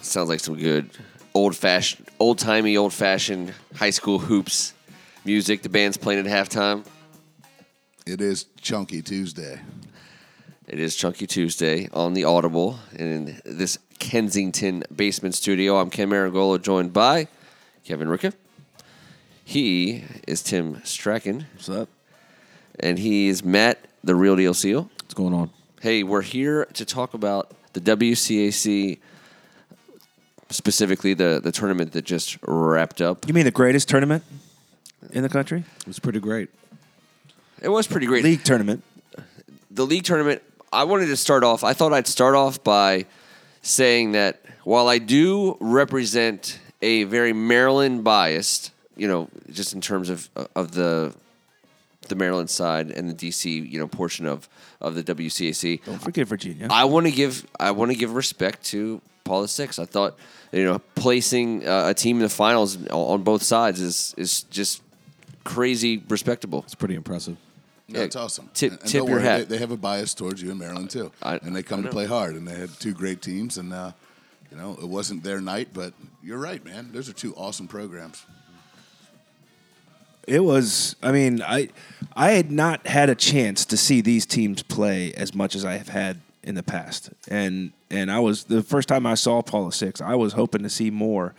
sounds like some good old fashioned, old timey, old fashioned high school hoops music. The band's playing at halftime. It is Chunky Tuesday. It is Chunky Tuesday on the Audible in this Kensington basement studio. I'm Ken Marangolo, joined by Kevin Ricka. He is Tim Strachan, What's up? and he is Matt, the real deal seal. What's going on? Hey, we're here to talk about the WCAC, specifically the, the tournament that just wrapped up. You mean the greatest tournament in the country? It's pretty great. It was pretty great. League tournament. the league tournament, I wanted to start off. I thought I'd start off by saying that while I do represent a very Maryland biased, you know, just in terms of of the the Maryland side and the DC, you know, portion of of the WCAC, Don't forget Virginia. I want to give I want to give respect to Paul the Six. I thought you know placing uh, a team in the finals on- on both sides is is just crazy respectable. It's pretty impressive. Yeah, That's awesome. Tip, And- and tip don't your worry, hat. They, they have a bias towards you in Maryland too, I- and they I come to know. play hard. And they had two great teams, and uh, you know it wasn't their night. But you're right, man. Those are two awesome programs. It was. I mean, I I had not had a chance to see these teams play as much as I have had in the past, and and I was the first time I saw Paula Six. I was hoping to see more,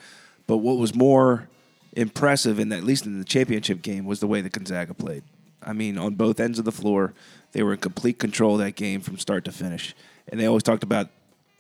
but what was more impressive, and at least in the championship game, was the way that Gonzaga played. I mean, on both ends of the floor, they were in complete control of that game from start to finish, and they always talked about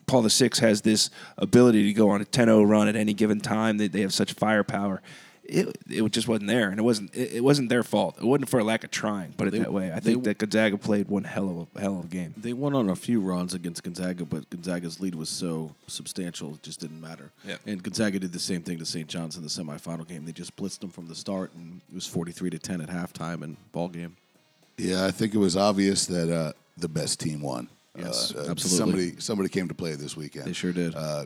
Paul the Six has this ability to go on a 10-0 run at any given time. They, they have such firepower. It, it just wasn't there, and it wasn't it, it wasn't their fault. It wasn't for a lack of trying. Put it that way. I think that Gonzaga played one hell of a hell of a game. They won on a few runs against Gonzaga, but Gonzaga's lead was so substantial, it just didn't matter. Yeah. And Gonzaga did the same thing to St. John's in the semifinal game. They just blitzed them from the start, and it was 43 to 10 at halftime and ball game. Yeah, I think it was obvious that uh, the best team won. Yes, Uh, uh, absolutely. Somebody somebody came to play this weekend. They sure did. Uh,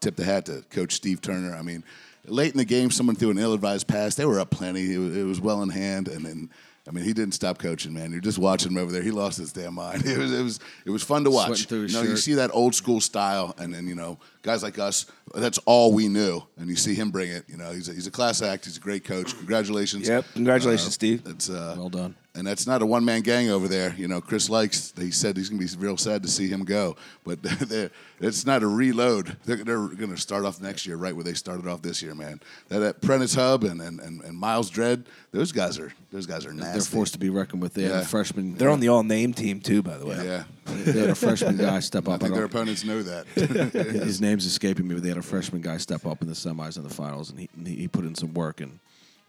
tip the hat to Coach Steve Turner. I mean, late in the game, someone threw an ill-advised pass. They were up plenty. It was, it was well in hand, and then. I mean, he didn't stop coaching, man. You're just watching him over there. He lost his damn mind. It was, it was, it was fun to watch. Sweating through his you know, you shirt. see that old school style, and then you know, guys like us, that's all we knew. And you see him bring it. You know, he's a, he's a class act. He's a great coach. Congratulations. Yep, congratulations, Steve. That's uh, Well done. and that's not a one man gang over there. You know, Chris likes. He said he's going to be real sad to see him go, but they're- it's not a reload. They're, they're going to start off next year right where they started off this year, man. That apprentice hub and and, and, and Miles Dread, those guys are those guys are nasty. They're forced to be reckoned with. They had Yeah. a freshman. They're on the all name team too, by the way. Yeah, They had a freshman guy step I up. I think their don't- opponents know that. his name's escaping me, but they had a freshman guy step up in the semis and the finals, and he, and he he put in some work and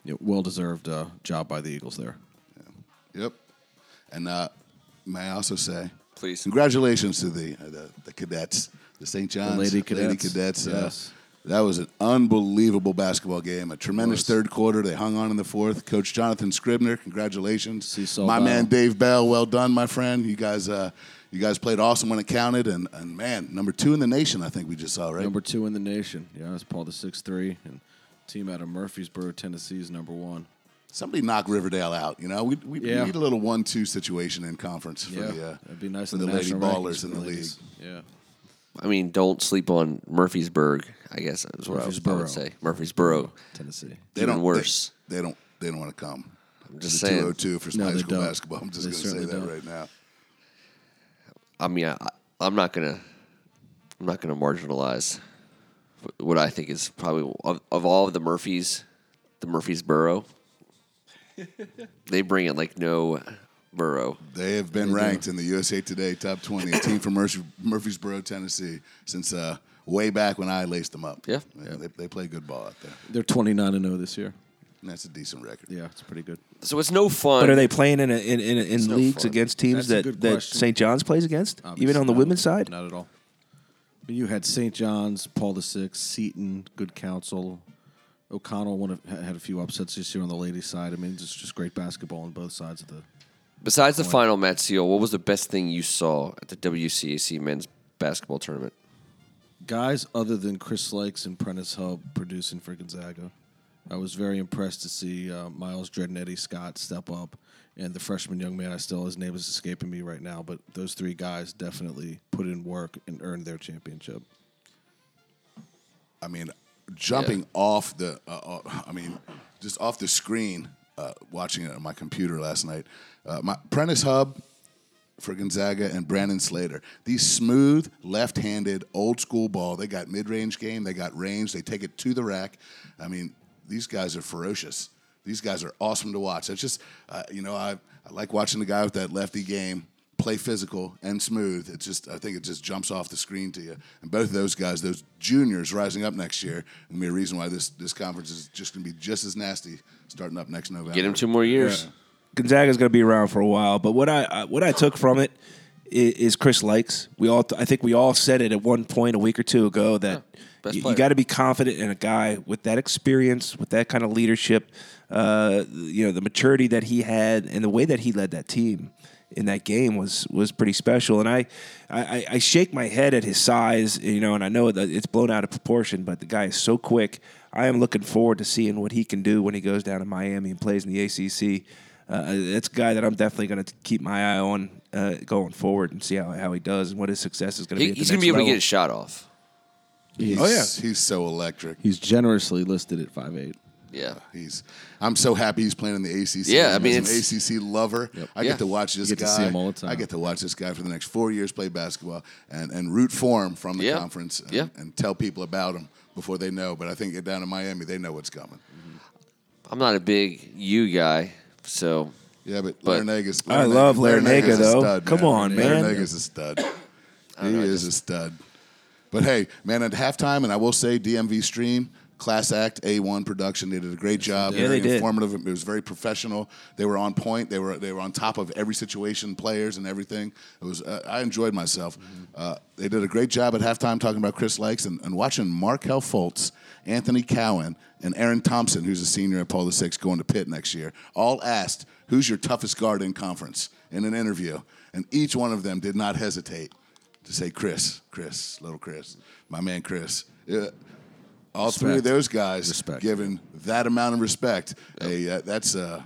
you know, well deserved uh, job by the Eagles there. yep. And uh, may I also say, Please. congratulations to the uh, the, the cadets, the St. John's Lady Cadets. Cadets, uh, Yes. that was an unbelievable basketball game. A tremendous third quarter. They hung on in the fourth. Coach Jonathan Scribner, congratulations. Seesaw my battle. man Dave Bell, well done, my friend. You guys, uh, you guys played awesome when it counted, and, and man, number two in the nation, I think we just saw, right? Number two in the nation. Yeah, it's Paul the six three and team out of Murfreesboro, Tennessee is number one. Somebody knock Riverdale out. You know, we, we, we Yeah. need a little one-two situation in conference for yeah, the uh, it'd be nice for in the lady national ballers rankings in for the league. ladies. Yeah, I mean, don't sleep on Murfreesburg. I guess is what I would- I Murfreesboro. would say. Murfreesboro. Tennessee. They Even don't worse. They, they don't. They don't want to come. I'm just the saying. 202 for some No, high they school don't. basketball. I'm just They going to say that certainly don't. right now. I mean, I, I'm not gonna, I'm not gonna marginalize what I think is probably of, of all of the Murphys, the Murfreesboro. they bring it like no borough. They have been ranked in the USA Today top 20, a team from Murphy, Murfreesboro, Tennessee, since uh, way back when I laced them up. Yeah. They, they play good ball out there. They're twenty nine and zero this year. And that's a decent record. Yeah, it's pretty good. So it's no fun. But are they playing in a, in in, in no leagues fun. against teams That's a that good that question. St. John's plays against? Obviously Even on the not. women's side, Not at all. But you had St. John's, Paul the Sixth, Seton, Good Counsel, O'Connell. One of, had a few upsets this year on the ladies' side. I mean, it's just great basketball on both sides of the. Besides the final, Matt Seal, what was the best thing you saw at the WCAC men's basketball tournament? guys other than Chris Lakes and Prentice Hub producing for Gonzaga. I was very impressed to see uh, Miles Dredd and Eddie Scott step up, and the freshman young man. I still his name is escaping me right now, but those three guys definitely put in work and earned their championship. I mean, jumping off the, uh, uh, I mean, just off the screen, uh, watching it on my computer last night. Uh, my Prentice Hub for Gonzaga and Brandon Slater. These smooth, left-handed, old-school ball. They got mid-range game. They got range. They take it to the rack. I mean, these guys are ferocious. These guys are awesome to watch. It's just, uh, you know, I, I like watching the guy with that lefty game play physical and smooth. It just, I think it just jumps off the screen to you. And both of those guys, those juniors rising up next year, and be a reason why this this conference is just going to be just as nasty starting up next November. Get him two more years. Gonzaga's going to be around for a while, but what I, I what I took from it i- is, Chris Likes. We all I think we all said it at one point a week or two ago that best you, player. got to be confident in a guy with that experience, with that kind of leadership, uh, you know, the maturity that he had and the way that he led that team in that game was was pretty special. And I I, I- I shake my head at his size, you know, and I know that it's blown out of proportion, but the guy is so quick. I am looking forward to seeing what he can do when he goes down to Miami and plays in the ACC. Uh, it's a guy that I'm definitely going to keep my eye on uh, going forward and see how, how he does and what his success is going to be. He, at the he's going to next be able to level. get his shot off. He's, Oh yeah, he's so electric. He's generously listed at five eight. Yeah. He's. I'm so happy he's playing in the ACC. Yeah, I mean, I'm an it's- ACC lover. I Yeah. get to watch this You get guy. to see him all the time. I get to watch this guy for the next four years play basketball and, and root for him from the Yeah. conference and, Yeah. and tell people about him before they know. But I think down in Miami, they know what's coming. I'm not a big you guy, so Yeah, but, But- Larinaga's. I love Larinaga, Larinaga's a though. Stud, Come on, man. Larinaga's a stud. he is a stud. But hey, man, at halftime, and I will say, DMV stream. Class Act A1 production. They did a great job. did. Yeah, very they did. informative. It was very professional. They were on point. They were they were on top of every situation, players and everything. It was uh, I enjoyed myself. Uh, they did a great job at halftime talking about Chris Likes and, and watching Markel Fultz, Anthony Cowan, and Aaron Thompson, who's a senior at Paul the Six going to Pitt next year, all asked who's your toughest guard in conference in an interview, and each one of them did not hesitate to say Chris, Chris, little Chris, my man Chris. Yeah. All three of Respect. those guys Respect. given that amount of respect. Hey, uh, that's uh,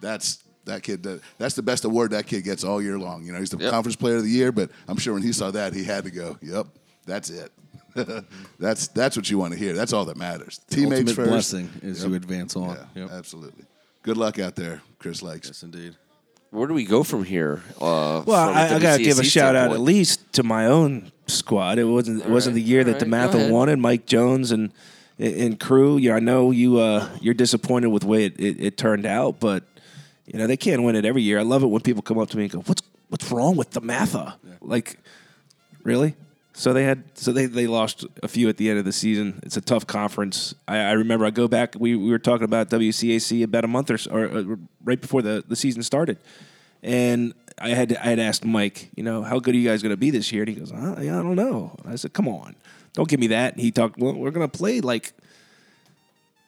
that's that kid. does that's the best award that kid gets all year long. You know, he's the Yep. conference player of the year, but I'm sure when he saw that, he had to go. Yep, that's it. that's that's what you want to hear. That's all that matters. Teammates Ultimate first. blessing is you advance on. Yeah, Yep. absolutely. Good luck out there, Chris Lakes. Yes, indeed. where do we go from here? Uh, Well, from I, I the got to give a CSC shout out at standpoint? least to my own squad. It wasn't it wasn't right, the year all that the right, go Matha ahead. won, and Mike Jones and and crew. Yeah, I know you uh, you're disappointed with the way it, it, it turned out, but you know they can't win it every year. I love it when people come up to me and go, "What's what's wrong with the Matha?" Like, really? So they had so they, they lost a few at the end of the season. It's a tough conference. I, I remember I go back. We, we were talking about WCAC about a month or, so, or uh, right before the, the season started, and I had I had asked Mike, you know, how good are you guys going to be this year? And he goes, I, I don't know. And I said, come on, don't give me that. And he talked. Well, we're going to play like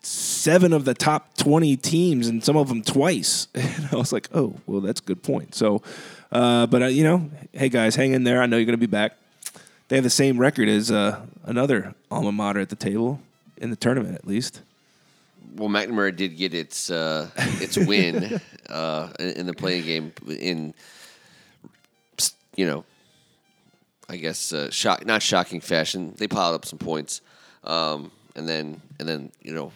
seven of the top 20 teams and some of them twice. And I was like, oh, well, that's a good point. So, uh, but, uh, you know, hey, guys, hang in there. I know you're going to be back. They have the same record as uh, another alma mater at the table in the tournament, at least. Well, McNamara did get its uh, its win uh, in the playing game in you know, I guess uh, shock not shocking fashion. They piled up some points, um, and then and then you know,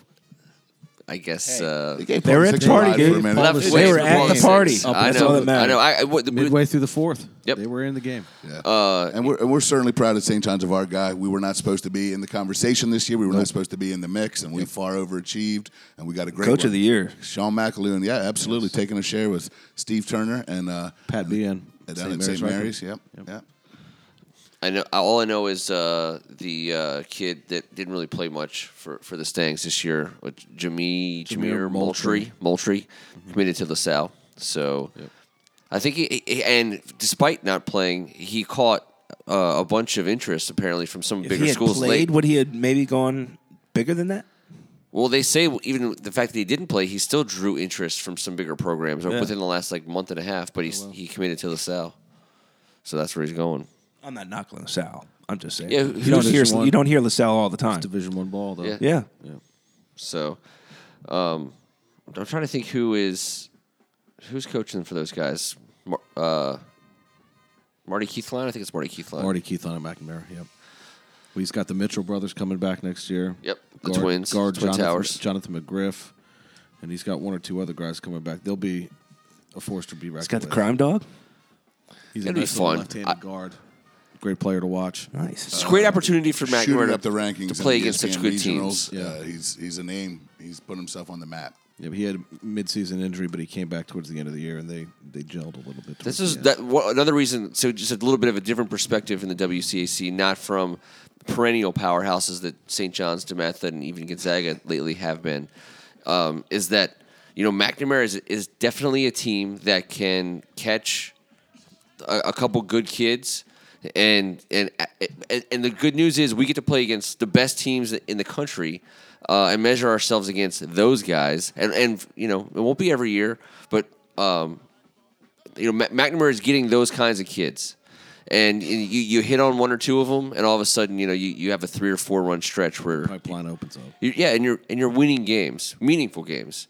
I guess uh, They gave They were Paul at six the party, alive for a dude. minute. Paul left the wing Sixers for were at Paul the Sixers. party. I That's all know. that matters. I know. I, I, what, the, Midway through the fourth, Yep. they were in the game. Yeah. uh, and, we're, and we're certainly proud of St. John's of our guy. We were not supposed to be in the conversation this year. We were not supposed to be in the mix, and we far overachieved. And we got a great Coach of one. the year. Sean McAloon. Yeah, absolutely. Taking a share with Steve Turner and uh, Pat Bien. and down at St. Mary's. Yep. Yep. I know. All I know is uh, the uh, kid that didn't really play much for, for the Stangs this year, uh, Jamie Jameer Moultrie. Jameer Moultrie. Moultrie Mm-hmm. committed to LaSalle. So I think he, he- and despite not playing, he caught uh, a bunch of interest apparently from some If bigger he had schools. played, late. would he had maybe gone bigger than that? Well, they say even the fact that he didn't play, he still drew interest from some bigger programs uh, Yeah. Oh, within the last like month and a half. But he's, he committed to LaSalle, so that's where he's going. I'm not knocking LaSalle. I'm just saying. Yeah, you, don't who's hear, this one? you don't hear LaSalle all the time. Division one ball though. Yeah. Yeah. So, um, I'm trying to think who is who's coaching for those guys. Mar- uh, Marty Keithline, I think it's Marty Keithline. Marty Keith on at McNamara. Yep. Well, he's got the Mitchell brothers coming back next year. Yep, the twins, Twin Jonathan, Towers. Jonathan McGriff, and he's got one or two other guys coming back. They'll be a force to be reckoned It's got the with. crime dog. He's a It'll be nice little fun. left-handed I- guard. Great player to watch. It's Nice. a great opportunity for Matt shooting Gordon up the rankings to play in the E against such ESPN good regionals. teams. teams. Uh, he's he's a name. He's put himself on the map. Yeah, but he had a midseason injury, but he came back towards the end of the year, and they they gelled a little bit. This towards is the end. that wha- another reason. So just a little bit of a different perspective in the WCAC, not from perennial powerhouses that St. John's, Demetha, and even Gonzaga lately have been. Um, is that you know McNamara is is definitely a team that can catch a, a couple good kids. And, and and and the good news is we get to play against the best teams in the country uh, and measure ourselves against those guys. And and you know it won't be every year, but um, you know Ma- McNamara is getting those kinds of kids, and you you hit on one or two of them, and all of a sudden you know you, you have a three or four run stretch where pipeline opens up. you yeah, and you're and you're winning games, meaningful games.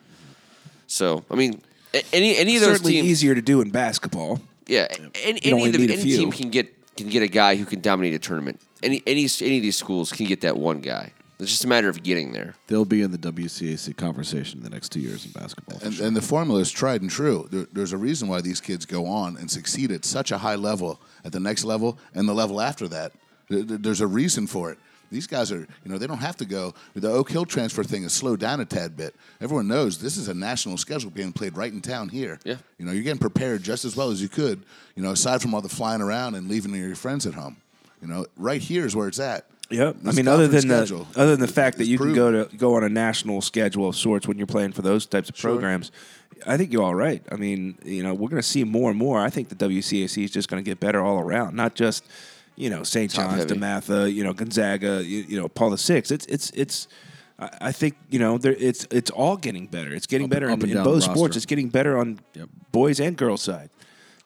So I mean, a- any any of those Certainly teams, easier to do in basketball. yeah, a- any, You any only of the, need a any few. team can get can get a guy who can dominate a tournament. Any any any of these schools can get that one guy. It's just a matter of getting there. They'll be in the WCAC conversation in the next two years in basketball. for And, sure. and the formula is tried and true. There, there's a reason why these kids go on and succeed at such a high level, at the next level, and the level after that. There- there- there's a reason for it. These guys are, you know, they don't have to go. The Oak Hill transfer thing has slowed down a tad bit. Everyone knows this is a national schedule being played right in town here. Yeah. You know, you're getting prepared just as well as you could, you know, aside from all the flying around and leaving your friends at home. You know, right here is where it's at. Yep. I This mean, other conference than the schedule other than the fact that is you can proven. go to go on a national schedule of sorts when you're playing for those types of programs, I think you're all right. I mean, you know, we're going to see more and more. I think the WCAC is just going to get better all around, not just you know St. Top John's, heavy. Dematha, you know Gonzaga, you, you know Paul the Six. It's it's it's. I I think you know there, it's it's all getting better. It's getting Up- better up in, and in down both the sports. roster. It's getting better on Yep. boys and girls side.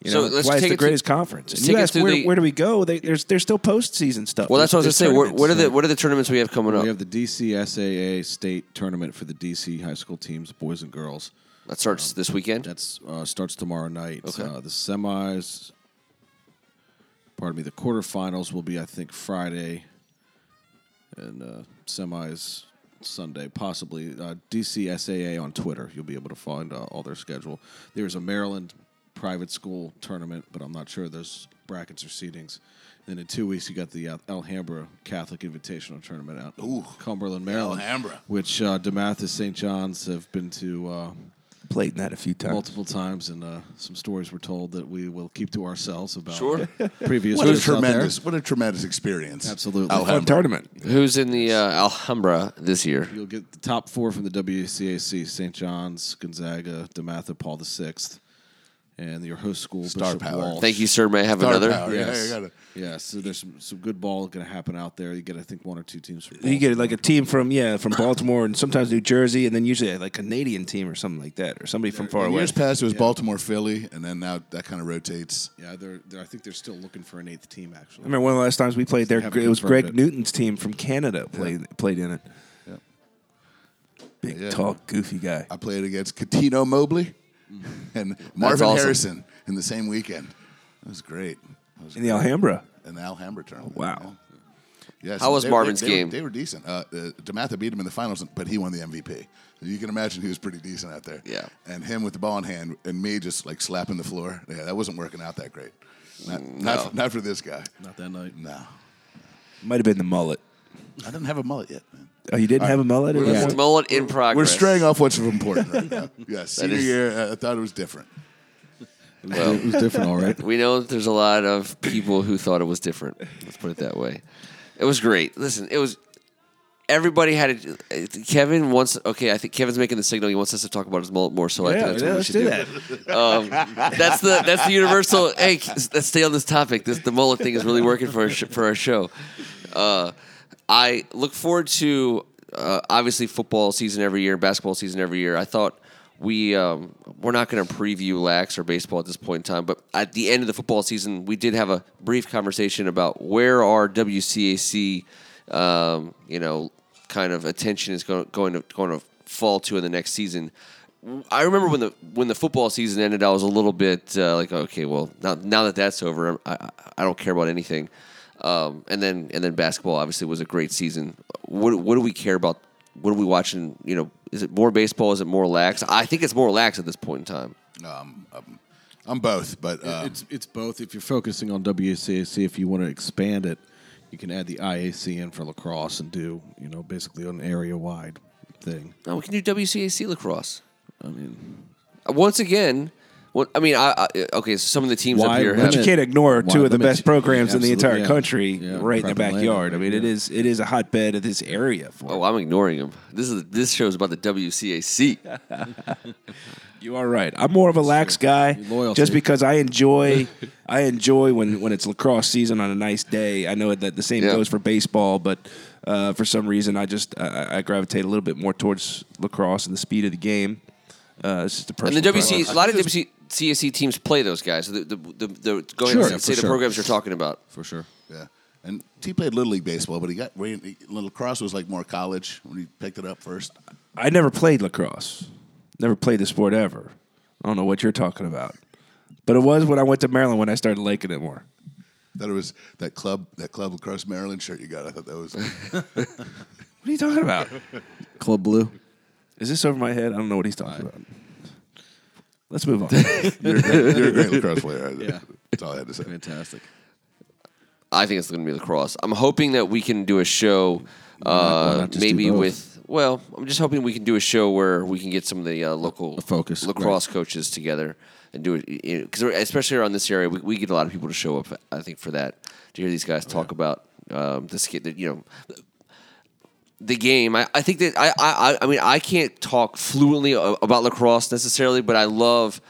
You So know, let's that's why it's take the it to- greatest conference. let's And take you it ask to where, the- where do we go? They, there's there's still postseason stuff. Well, that's what I was gonna There's- say. there's What, what are the tournaments. what are the tournaments we have coming up? we have the DCSAA state tournament for the DC high school teams, boys and girls. that starts this weekend. That's uh, starts tomorrow night. Okay. Uh, the semis, pardon me, the quarterfinals will be I think Friday, and uh, semis Sunday possibly. Uh, DCSAA on Twitter, you'll be able to find uh, all their schedule. There's a Maryland private school tournament, but I'm not sure those brackets or seedings. Then in two weeks, you got the Al- Alhambra Catholic Invitational Tournament out in Cumberland, Maryland. Alhambra. Which uh, DeMathis St. John's have been to uh, played in that a few times. multiple times, and uh, some stories were told that we will keep to ourselves about Sure. previous What a trips out there. tremendous, what a tremendous experience. Absolutely. Alhambra. tournament. Who's in the uh, Alhambra this year? You'll get the top four from the WCAC: St. John's, Gonzaga, Dematha, Paul the Sixth, and your host school Star Bishop power. Walsh. Thank you, sir. May I have Star another? power. Yes. Yeah, I got it. Yeah, so there's some, some good ball going to happen out there. You get, I think, one or two teams. From You get like a team from yeah from Baltimore and sometimes New Jersey and then usually like a Canadian team or something like that or somebody from far In away. years past, it was Baltimore, Philly, and then now that kind of rotates. Yeah, they're, they're, I think they're still looking for an eighth team. I Actually, remember one of the last times we played there, haven't it was confirmed Greg it. Newton's team from Canada played played in it. Big Yeah. tall goofy guy. I played against Katino Mobley and Marvin awesome. Harrison in the same weekend. That was great. That was In the Alhambra. an Alhambra tournament. Wow. Yeah. Yes, How was they- Marvin's they- they were- game? they were decent. Uh, uh, Dematha beat him in the finals, but he won the MVP. You can imagine he was pretty decent out there. Yeah. And him with the ball in hand, and me just like slapping the floor. Yeah, that wasn't working out that great. Not, Mm, not, for, not for this guy. not that night. No. Might have been the mullet. I didn't have a mullet yet, man. Oh, you didn't have a mullet? at that It's point? Mullet in progress. We're straying off what's important right now. Yes, senior is- year, uh, I thought it was different. It was, it was different, all right. We know that there's a lot of people who thought it was different. Let's put it that way. It was great. Listen, it was. Everybody had it. Kevin wants. Okay, I think Kevin's making the signal. He wants us to talk about his mullet more. So I think that's what we let's should do do. that. That's the that's the universal. Hey, let's stay on this topic. This the mullet thing is really working for our sh- for our show. Uh, I look forward to uh, obviously football season every year, basketball season every year. I thought we um, we're not going to preview lax or baseball at this point in time, but at the end of the football season, we did have a brief conversation about where our WCAC, um, you know, kind of attention is going going to going to fall to in the next season. I remember when the when the football season ended, I was a little bit uh, like, okay, well, now, now that that's over, I, I, I don't care about anything. Um, and then and then basketball obviously was a great season. What what do we care about? What are we watching? You know, is it more baseball? Is it more lax? I think it's more lax at this point in time. Um, um, I'm both, but Um, uh, it's it's both. If you're focusing on WCAC, if you want to expand it, you can add the IAC in for lacrosse and do you know basically an area wide thing. No, Oh, we can do WCAC lacrosse. I mean, Once again, what, I mean, I, I okay. So some of the teams up Why here, But have, limit- you can't ignore Why two of the limit- best programs in the Absolutely, entire yeah. country Yeah, right in the private land, backyard. I mean, it yeah. is it is a hotbed of this area. For oh, I'm ignoring them. This is this show is about the WCAC. You are right. I'm more of a lax guy, Your loyalty. just because I enjoy I enjoy when when it's lacrosse season on a nice day. I know that the same Yeah. goes for baseball, but uh, for some reason I just I, I gravitate a little bit more towards lacrosse and the speed of the game. Uh, it's just a And personal the WC, preference. a lot of WCAC teams play those guys. So the, the, the, the, go ahead Sure, and yeah, say for the sure. programs you're talking about. for sure. yeah. And he played little league baseball, but he got ran, he, lacrosse was like more college when he picked it up first. I never played lacrosse. Never played the sport ever. I don't know what you're talking about, but it was when I went to Maryland when I started liking it more. That was that club that club lacrosse Maryland shirt you got. I thought that was What are you talking about? Club Blue. Is this over my head? I don't know what he's talking about. Let's move on. you're, a great- you're a great lacrosse player. Yeah. that's all I had to say. Fantastic. I think it's going to be lacrosse. I'm hoping that we can do a show, not- why uh, not just do maybe both? with. Well, I'm just hoping we can do a show where we can get some of the uh, local focus, lacrosse coaches together and do it because especially around this area, we, we get a lot of people to show up. I think for that to hear these guys talk about um, this kid that you know the game. I, I think that I, I I- I mean I can't talk fluently a- about lacrosse necessarily, but I love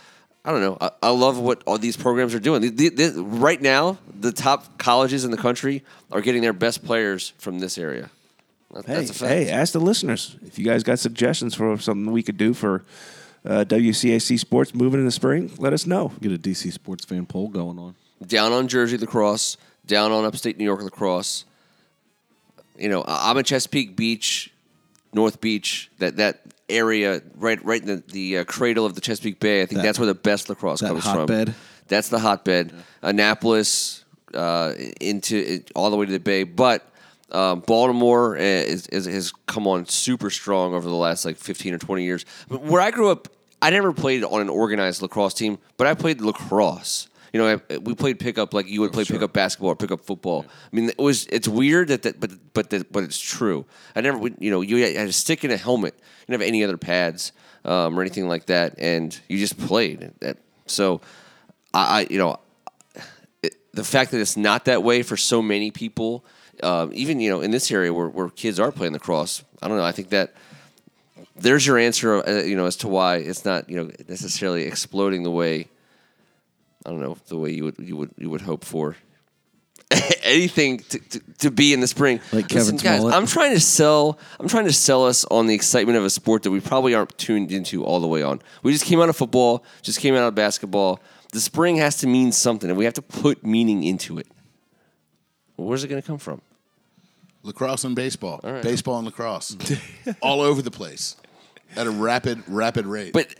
I don't know I, I love what all these programs are doing. The- the- the- right now, the top colleges in the country are getting their best players from this area. That- Hey, that's a fact. hey, ask the listeners if you guys got suggestions for something we could do for uh, WCAC sports moving in the spring. Let us know. Get a DC sports fan poll going on. Down on Jersey lacrosse, down on upstate New York lacrosse. You know, I- I'm a Chesapeake Beach, North Beach. That that area right right in the, the uh, cradle of the Chesapeake Bay. I think That- that's where the best lacrosse that comes hotbed. from. That's the hotbed. Annapolis uh, into it, all the way to the Bay, but um, Baltimore uh, is, is, has come on super strong over the last like 15 or 20 years. But where I grew up, I never played on an organized lacrosse team, but I played lacrosse. You know, I, we played pickup like you would play pickup basketball or pickup football. I mean, it was it's weird that, that but but that, but it's true. I never, would- you know, you had a stick and a helmet. You didn't have any other pads um, or anything like that, and you just played. That so, I, I you know, it, the fact that it's not that way for so many people, um, even you know in this area where, where kids are playing lacrosse, I don't know. I think that there's your answer, uh, you know, as to why it's not you know necessarily exploding the way I don't know the way you would you would you would hope for. Anything to, to, to be in the spring, Like Kevin guys. Smollett? I'm trying to sell. I'm trying to sell us on the excitement of a sport that we probably aren't tuned into all the way on. We just came out of football, just came out of basketball. The spring has to mean something, and we have to put meaning into it. Well, where's it going to come from? Lacrosse and baseball, baseball and lacrosse, all over the place at a rapid, rapid rate. But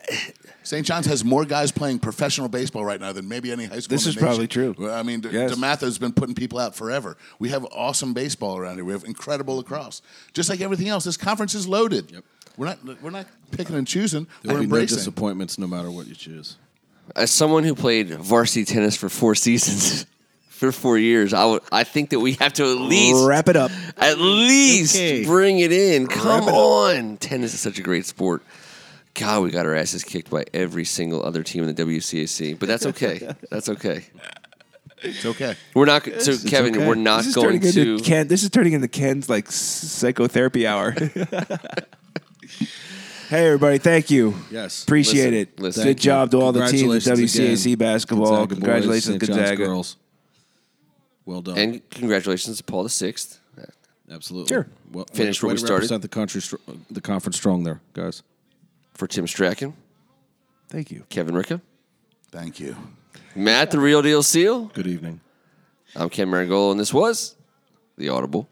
St. John's has more guys playing professional baseball right now than maybe any high school. This in is the nation. probably true. Well, I mean, D- Yes. DeMatha's been putting people out forever. We have awesome baseball around here. We have incredible lacrosse. Just like everything else, this conference is loaded. We're not we're not picking and choosing. There'll we're be no embracing. disappointments no matter what you choose. as someone who played varsity tennis for four seasons, for four years, I would. I think that we have to at least Wrap it up. At least Okay. bring it in. Come on. Tennis is such a great sport. God, we got our asses kicked by every single other team in the WCAC, but that's okay. that's okay. it's okay. We're not. go- So, Kevin, Okay. we're not This is going turning into to. Ken, this is turning into Ken's like s- psychotherapy hour. hey everybody, thank you. Yes. appreciate Listen, it. listen. Good Thank job to all the teams at Congratulations again, WCAC basketball. Gonzaga boys, Congratulations, St. John's Gonzaga. girls. Well done. and congratulations to Paul the Sixth. Absolutely. Sure. Well, Finish way, where way we to started. Represent the country, str- the conference strong there, guys. For Tim Strachan, Thank you. Kevin Ricka, Thank you. Matt the Real Deal Seal. Good evening. I'm Ken Marangolo, and this was The Audible.